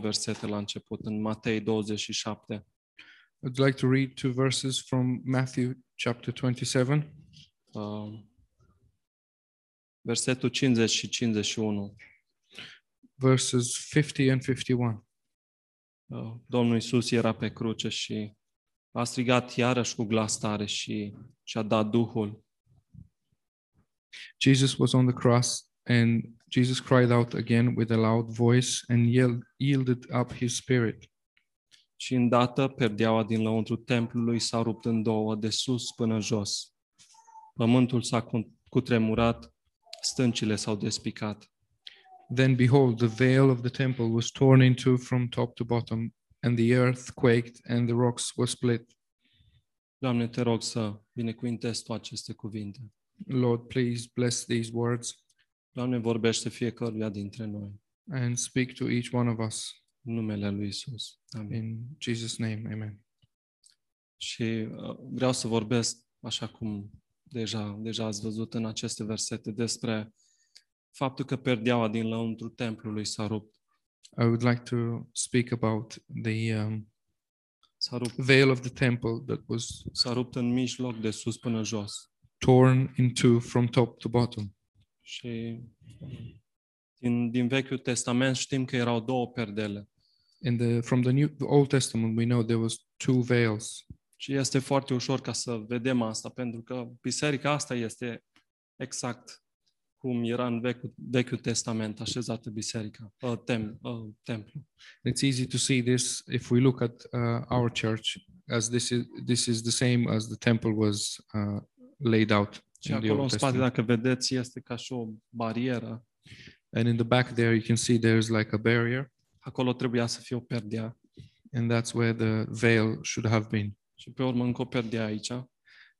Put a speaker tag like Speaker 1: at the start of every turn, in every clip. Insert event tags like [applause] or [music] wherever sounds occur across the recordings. Speaker 1: versete la început, în Matei 27.
Speaker 2: I'd like to read two verses from Matthew chapter 27,
Speaker 1: uh, Versetul 50 și 51.
Speaker 2: verses 50 and 51.
Speaker 1: Uh, Domnul Isus era pe cruce și a strigat iarăși cu glas tare și și-a dat Duhul.
Speaker 2: Jesus was on the cross, and Jesus cried out again with a loud voice and yelled, yielded up his spirit.
Speaker 1: Și îndată perdeaua din lăuntru templului s-a rupt în două, de sus până jos. Pământul s-a cu- cutremurat, stâncile s-au despicat.
Speaker 2: Then behold, the veil of the temple was torn in two from top to bottom, and the earth quaked, and the rocks were split.
Speaker 1: Doamne, te rog să binecuvintezi tu aceste cuvinte.
Speaker 2: Lord, please bless these words
Speaker 1: Doamne, vorbește fiecăruia dintre noi.
Speaker 2: and speak to each one of us.
Speaker 1: În numele lui Isus. Amin.
Speaker 2: In Jesus' name, amen.
Speaker 1: Și uh, vreau să vorbesc, așa cum deja, deja ați văzut în aceste versete, despre faptul că perdeaua din lăuntru templului s-a rupt.
Speaker 2: I would like to speak about the um,
Speaker 1: S-a rupt,
Speaker 2: veil of the temple that was
Speaker 1: s-a rupt în mijloc, de sus până jos.
Speaker 2: torn in two from top to bottom.
Speaker 1: Și uh, din, din Vechiul Testament știm că erau două perdele.
Speaker 2: In the from the New the Old Testament, we know there was two veils,
Speaker 1: Și este foarte ușor ca să vedem asta, pentru că biserica asta este exact cum era în Vechiul, Vechiul Testament așezată biserica, uh, tem, uh, templu.
Speaker 2: It's easy to see this if we look at uh, our church, as this is this is the same as the temple was uh, laid out
Speaker 1: Și
Speaker 2: in the
Speaker 1: acolo în
Speaker 2: Old
Speaker 1: spate,
Speaker 2: Testament.
Speaker 1: dacă vedeți, este ca și o barieră.
Speaker 2: And in the back there, you can see there's like a barrier,
Speaker 1: Acolo trebuia să fie o perdea.
Speaker 2: and that's where the veil should have been.
Speaker 1: Și pe urmă încă o perdea aici.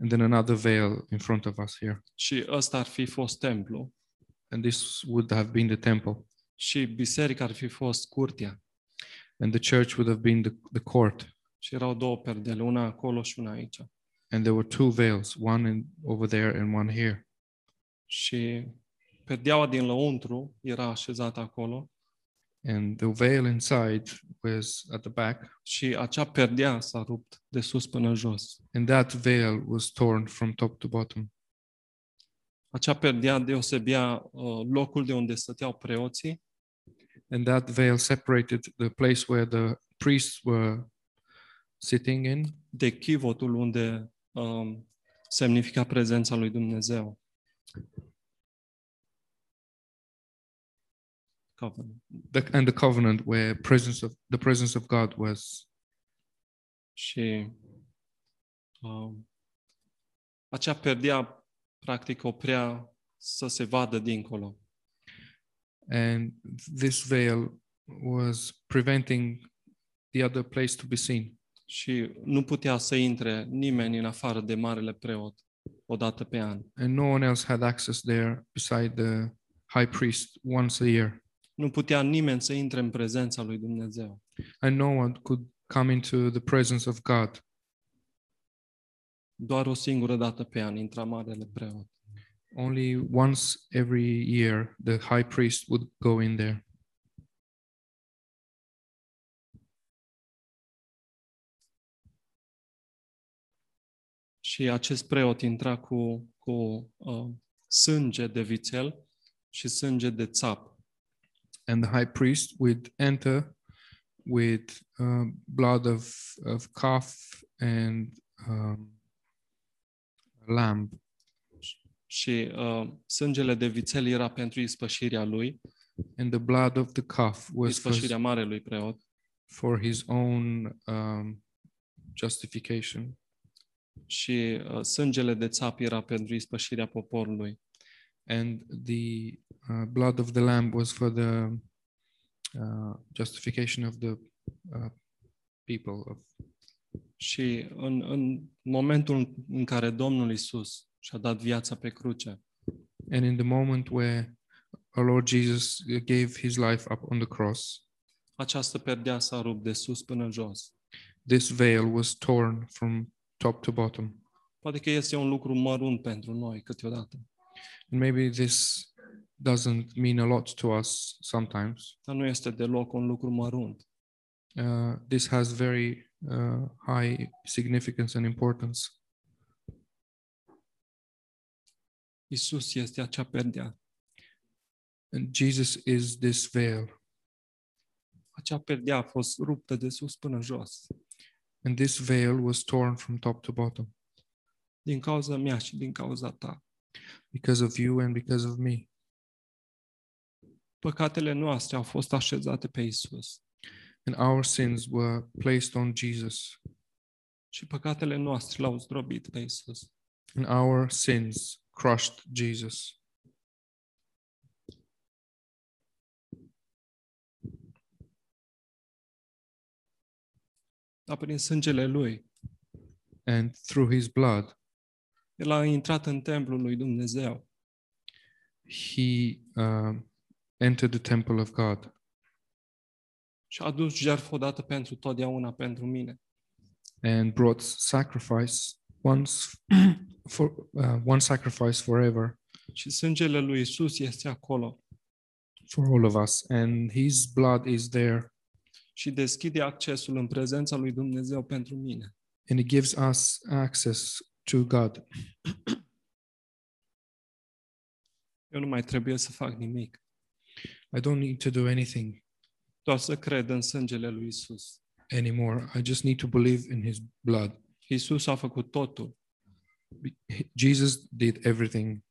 Speaker 2: And then another veil in front of us here,
Speaker 1: Și ăsta ar fi fost templu.
Speaker 2: and this would have been the temple,
Speaker 1: Și biserica ar fi fost curtea.
Speaker 2: and the church would have been the, the court.
Speaker 1: Și erau două perdele, una acolo și una aici.
Speaker 2: And there were two veils, one in, over there and one here.
Speaker 1: Și perdeaua din lăuntru era așezată acolo
Speaker 2: And the veil inside was at the back,
Speaker 1: și acea perdea s-a rupt de sus până jos.
Speaker 2: and that veil was torn from top to bottom.
Speaker 1: Acea perdea deosebea uh, locul de unde stăteau preoții
Speaker 2: and that veil separated the place where the priests were sitting in
Speaker 1: de chivotul unde um, semnifica prezența lui Dumnezeu. Covenant.
Speaker 2: the, and the covenant where presence of the presence of God was
Speaker 1: Și um, acea perdea practic oprea să se vadă dincolo.
Speaker 2: and this veil was preventing the other place to be seen
Speaker 1: Și nu putea să intre nimeni în afară de marele preot o dată pe an.
Speaker 2: and no one else had access there beside the high priest once a year
Speaker 1: Nu putea nimeni să intre în prezența lui Dumnezeu.
Speaker 2: and no one could come into the presence of God
Speaker 1: Doar o singură dată pe an intra marele preot.
Speaker 2: only once every year the high priest would go in there
Speaker 1: Și acest preot intra cu, cu uh, sânge de vițel și sânge de țap.
Speaker 2: and the high priest would enter with um, blood of, of calf and um, lamb.
Speaker 1: Și uh, sângele de vițel era pentru ispășirea lui,
Speaker 2: And the blood of the calf was for,
Speaker 1: ispășirea marelui preot,
Speaker 2: for his own um, justification,
Speaker 1: și uh, sângele de țap era pentru ispășirea poporului.
Speaker 2: and the uh, blood of the lamb was for the uh, justification of the uh, people of
Speaker 1: Și în, în momentul în care Domnul Isus și-a dat viața pe cruce,
Speaker 2: And in the moment where our Lord Jesus gave his life up on the cross,
Speaker 1: această perdea s-a rupt de sus până jos.
Speaker 2: this veil was torn from top to bottom.
Speaker 1: Poate că este un lucru mărunt pentru noi câteodată.
Speaker 2: And maybe this doesn't mean a lot to us sometimes.
Speaker 1: dar nu este deloc un lucru mărunt.
Speaker 2: Uh, this has very uh, high significance and importance.
Speaker 1: Isus este acea perdea.
Speaker 2: And Jesus is this veil,
Speaker 1: Acea perdea a fost ruptă de sus până jos,
Speaker 2: and this veil was torn from top to bottom
Speaker 1: din cauza mea și din cauza ta.
Speaker 2: because of you and because of me.
Speaker 1: Păcatele noastre au fost așezate pe Isus
Speaker 2: And our sins were placed on Jesus,
Speaker 1: și păcatele noastre l-au zdrobit pe Isus.
Speaker 2: and our sins crushed Jesus.
Speaker 1: Dar prin sângele Lui,
Speaker 2: And through his blood,
Speaker 1: El a intrat în templul lui Dumnezeu
Speaker 2: he um, entered the temple of God
Speaker 1: și a adus jertfă odată pentru totdeauna pentru mine.
Speaker 2: and brought sacrifice once [clears throat] for uh, one sacrifice forever
Speaker 1: Și sângele lui Isus este acolo
Speaker 2: for all of us. And his blood is there
Speaker 1: și deschide accesul în prezența lui Dumnezeu pentru mine.
Speaker 2: and it gives us access to God.
Speaker 1: Eu nu mai trebuie să fac nimic,
Speaker 2: I don't need to do anything
Speaker 1: doar să cred în sângele lui Isus.
Speaker 2: anymore. I just need to believe in his blood.
Speaker 1: Isus a făcut totul.
Speaker 2: Jesus did everything.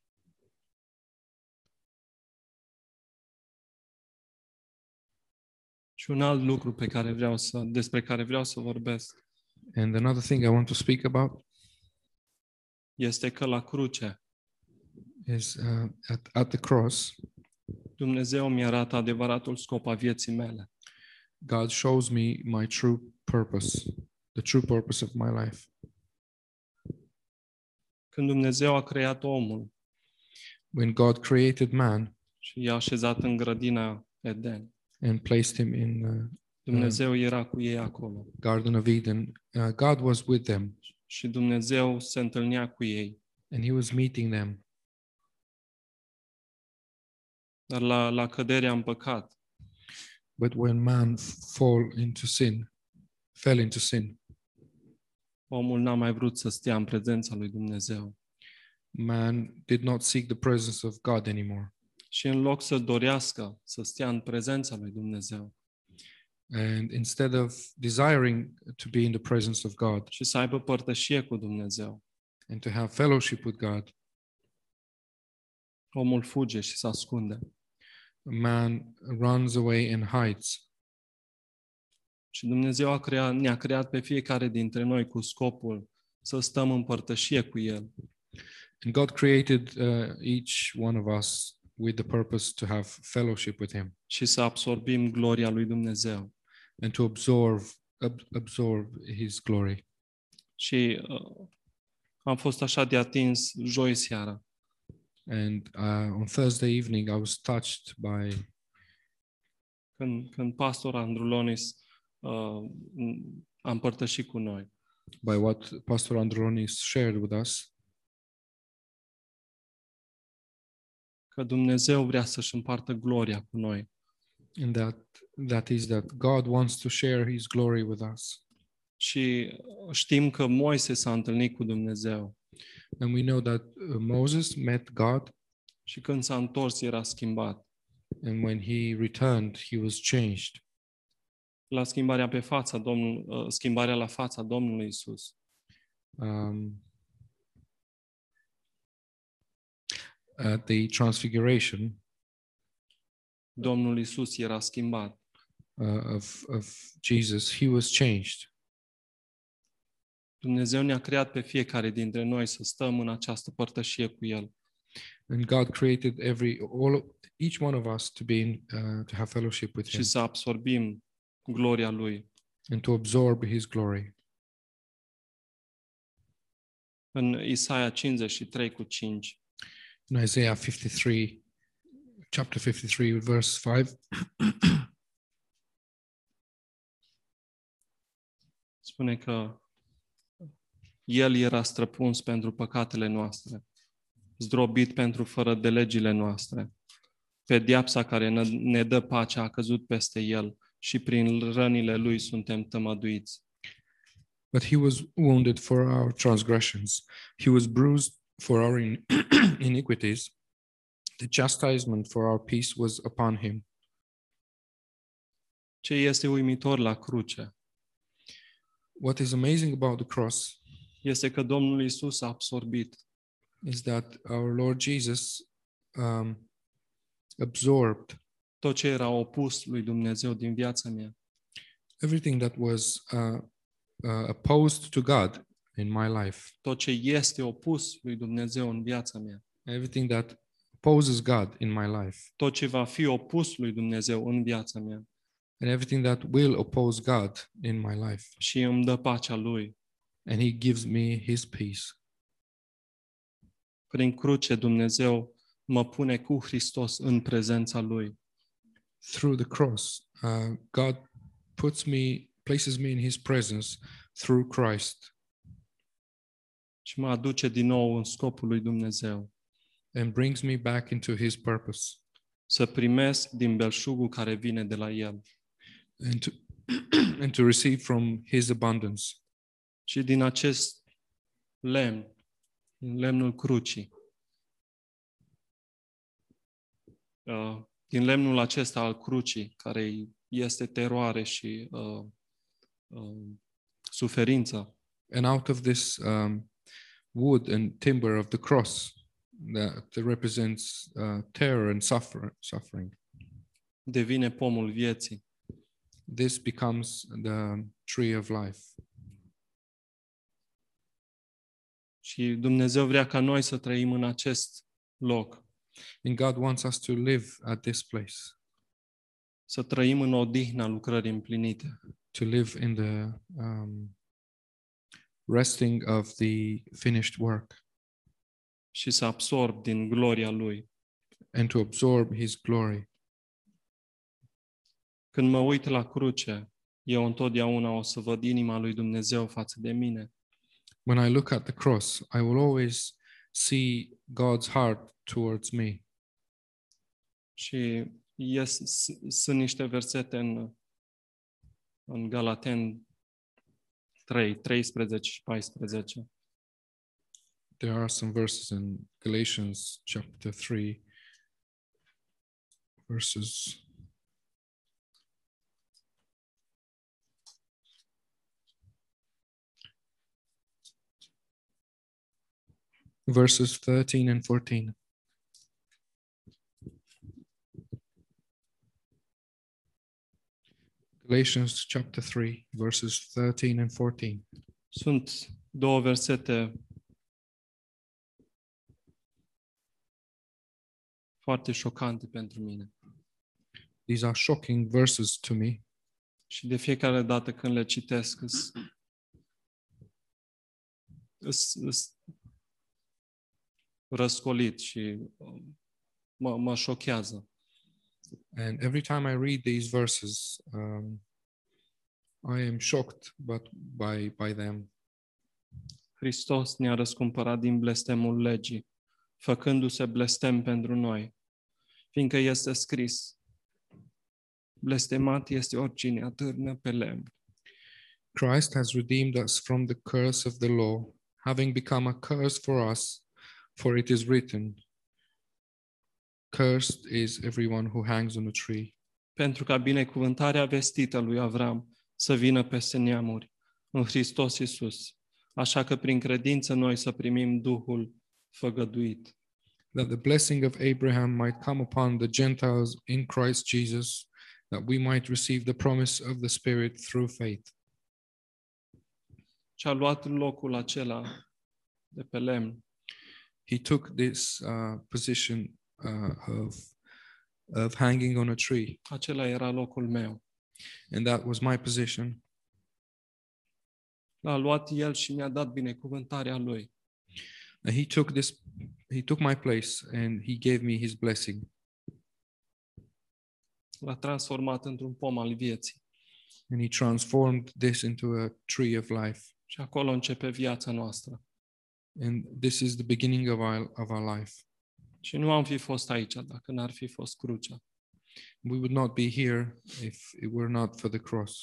Speaker 1: Și un alt lucru pe care vreau să, despre care vreau să vorbesc
Speaker 2: And another thing I want to speak about
Speaker 1: este că la cruce
Speaker 2: is uh, at, at the cross,
Speaker 1: Dumnezeu mi arată adevăratul scop a vieții mele.
Speaker 2: God shows me my true purpose, the true purpose of my life.
Speaker 1: Când Dumnezeu a creat omul
Speaker 2: When God created man
Speaker 1: și i-a așezat în grădina Eden,
Speaker 2: and placed him in the
Speaker 1: Dumnezeu era cu ei acolo
Speaker 2: Garden of Eden, uh, God was with them
Speaker 1: și Dumnezeu se întâlnea cu ei.
Speaker 2: and he was meeting them.
Speaker 1: Dar la, la căderea în păcat,
Speaker 2: But when man f- fall into sin, fell into sin,
Speaker 1: omul n-a mai vrut să stea în prezența lui Dumnezeu.
Speaker 2: man did not seek the presence of God anymore.
Speaker 1: Și în loc să dorească să stea în prezența lui Dumnezeu
Speaker 2: And instead of desiring to be in the presence of God
Speaker 1: și să aibă părtășie cu Dumnezeu,
Speaker 2: and to have fellowship with God,
Speaker 1: omul fuge și se ascunde.
Speaker 2: man runs away and hides.
Speaker 1: Și Dumnezeu a creat, ne-a creat pe fiecare dintre noi cu scopul să stăm în părtășie cu El,
Speaker 2: And God created uh, each one of us with the purpose to have fellowship with Him
Speaker 1: și să absorbim gloria lui Dumnezeu.
Speaker 2: and to absorb ab- absorb His glory.
Speaker 1: Și uh, am fost așa de atins joi seara.
Speaker 2: And uh, on Thursday evening, I was touched by
Speaker 1: când, când pastor Andrulonis uh, a împărtășit cu noi.
Speaker 2: by what Pastor Androlonis shared with us
Speaker 1: Că Dumnezeu vrea să-și împartă gloria cu noi.
Speaker 2: and that that is that God wants to share His glory with us.
Speaker 1: Și uh, știm că Moise s-a întâlnit cu Dumnezeu
Speaker 2: And we know that uh, Moses met God,
Speaker 1: și când s-a întors era schimbat.
Speaker 2: and when he returned, he was changed.
Speaker 1: La schimbarea pe fața Domnul, uh, schimbarea la fața Domnului Isus.
Speaker 2: Um, at the transfiguration,
Speaker 1: Domnul Isus era schimbat.
Speaker 2: uh, of, of Jesus, he was changed.
Speaker 1: Dumnezeu ne-a creat pe fiecare dintre noi să stăm în această părtășie cu El.
Speaker 2: And God created every all each one of us to be in, uh, to have fellowship with
Speaker 1: și
Speaker 2: Him
Speaker 1: să absorbim gloria Lui.
Speaker 2: and to absorb His glory.
Speaker 1: În Isaia 53 cu 5,
Speaker 2: In Isaiah 53, chapter 53, verse 5,
Speaker 1: spune că El era străpuns pentru păcatele noastre, zdrobit pentru fără de legile noastre. Pediapsa care ne- ne dă pacea a căzut peste el și prin rănile lui suntem tămăduiți.
Speaker 2: [clears throat] But he was wounded for our transgressions, he was bruised for our in- [clears throat] iniquities. The chastisement for our peace was upon him.
Speaker 1: Ce este uimitor la cruce
Speaker 2: What is amazing about the cross
Speaker 1: este că Domnul Isus a absorbit
Speaker 2: is that our Lord Jesus um, absorbed
Speaker 1: tot ce era opus lui Dumnezeu din viața mea.
Speaker 2: everything that was uh, uh, opposed to God in my life,
Speaker 1: tot ce este opus lui Dumnezeu în viața mea,
Speaker 2: everything that opposes God in my life,
Speaker 1: tot ce va fi opus lui Dumnezeu în viața mea
Speaker 2: and everything that will oppose God in my life.
Speaker 1: și îmi dă pacea lui.
Speaker 2: And He gives me His peace.
Speaker 1: Prin cruce Dumnezeu mă pune cu Hristos în prezența lui.
Speaker 2: Through the cross, uh, God puts me, places me in His presence through Christ
Speaker 1: Și mă aduce din nou în scopul lui Dumnezeu.
Speaker 2: and brings me back into His purpose
Speaker 1: Să primesc din belșugul care vine de la El
Speaker 2: and to, [clears throat] and to receive from His abundance.
Speaker 1: și din acest lemn, din lemnul crucii. Uh, Din lemnul acesta al crucii, care este teroare și uh, uh, suferință,
Speaker 2: and out of this um, wood and timber of the cross that represents uh, terror and suffer- suffering,
Speaker 1: devine pomul vieții.
Speaker 2: this becomes the tree of life.
Speaker 1: Și Dumnezeu vrea ca noi să trăim în acest loc,
Speaker 2: And God wants us to live at this place,
Speaker 1: să trăim în odihna lucrării împlinite,
Speaker 2: to live in the um, resting of the finished work,
Speaker 1: și să absorb din gloria Lui.
Speaker 2: and to absorb His glory.
Speaker 1: Când mă uit la cruce, eu întotdeauna o să văd inima lui Dumnezeu față de mine.
Speaker 2: When I look at the cross, I will always see God's heart towards me.
Speaker 1: Și ies, s- sunt niște versete în, în Galaten 3, 13 și 14,
Speaker 2: there are some verses in Galatians chapter 3, verses. Verses 13 and 14. Galatians chapter 3, verses 13 and 14.
Speaker 1: Sunt două versete foarte șocante pentru mine.
Speaker 2: These are shocking verses to me.
Speaker 1: Și de fiecare dată când le citesc, îs, îs, îs răscolit și um, mă, mă șochează.
Speaker 2: And every time I read these verses, um, I am shocked but by, by them.
Speaker 1: Hristos ne-a răscumpărat din blestemul legii, făcându-se blestem pentru noi, fiindcă este scris, blestemat este oricine atârnă pe lemn,
Speaker 2: Christ has redeemed us from the curse of the law, having become a curse for us, for it is written, Cursed is everyone who hangs on a tree,
Speaker 1: pentru ca binecuvântarea vestită lui Avram să vină peste neamuri, în Hristos Iisus, așa că prin credință noi să primim Duhul făgăduit.
Speaker 2: that the blessing of Abraham might come upon the Gentiles in Christ Jesus, that we might receive the promise of the Spirit through faith.
Speaker 1: Și a luat locul acela de pe lemn
Speaker 2: he took this uh, position uh, of of hanging on a tree,
Speaker 1: acela era locul meu.
Speaker 2: and that was my position.
Speaker 1: L-a luat el și mi-a dat binecuvântarea lui.
Speaker 2: And he took this, he took my place, and he gave me his blessing.
Speaker 1: l-a transformat într-un pom al vieții.
Speaker 2: And he transformed this into a tree of life.
Speaker 1: Și acolo începe viața noastră.
Speaker 2: And this is the beginning of our of our life.
Speaker 1: Și nu am fi fost aici dacă n-ar fi fost crucea.
Speaker 2: We would not be here if it were not for the cross.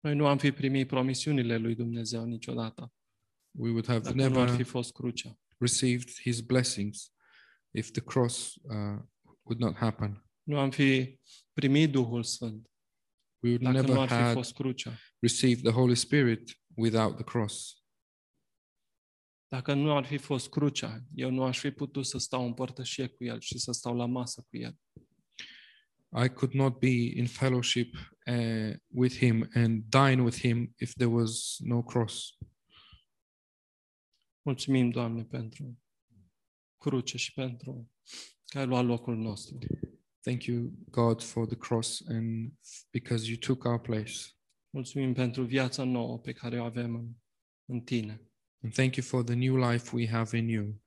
Speaker 1: Noi nu am fi primit promisiunile lui Dumnezeu niciodată
Speaker 2: We would have
Speaker 1: dacă nu ar
Speaker 2: never
Speaker 1: fi fost crucea.
Speaker 2: received his blessings if the cross uh, would not happen.
Speaker 1: Nu am fi primit Duhul Sfânt
Speaker 2: We would
Speaker 1: dacă nu
Speaker 2: never
Speaker 1: ar fi
Speaker 2: have
Speaker 1: fost crucea.
Speaker 2: received the Holy Spirit without the cross.
Speaker 1: Dacă nu ar fi fost crucea, eu nu aș fi putut să stau în părtășie cu El și să stau la masă cu El.
Speaker 2: I could not be in fellowship uh, with him and dine with him if there was no cross.
Speaker 1: Mulțumim, Doamne, pentru cruce și pentru că ai luat locul nostru.
Speaker 2: Thank you, God, for the cross and because you took our place.
Speaker 1: Mulțumim pentru viața nouă pe care o avem în, în Tine.
Speaker 2: And thank you for the new life we have in you.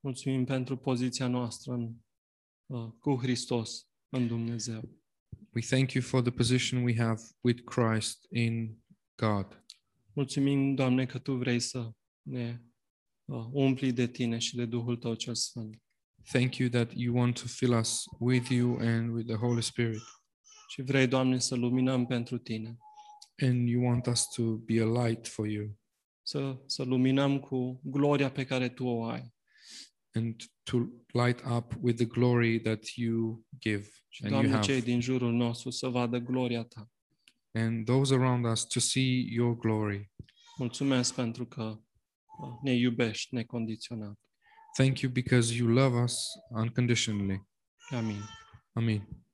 Speaker 1: Mulțumim pentru poziția noastră în, uh, cu Hristos în Dumnezeu.
Speaker 2: We thank you for the position we have with Christ in God.
Speaker 1: Mulțumim, Doamne, că Tu vrei să ne uh, umpli de Tine și de Duhul Tău cel Sfânt.
Speaker 2: Thank you that you want to fill us with you and with the Holy Spirit.
Speaker 1: Și vrei, Doamne, să luminăm pentru Tine,
Speaker 2: And you want us to be a light for you
Speaker 1: să, să luminăm cu gloria pe care Tu o ai.
Speaker 2: and to light up with the glory that you give
Speaker 1: Și,
Speaker 2: and you
Speaker 1: Doamne, cei
Speaker 2: have.
Speaker 1: din jurul nostru să vadă gloria Ta.
Speaker 2: And those around us to see your glory.
Speaker 1: Mulțumesc pentru că uh, ne iubești necondiționat.
Speaker 2: Thank you because you love us unconditionally.
Speaker 1: Amin.
Speaker 2: Amen.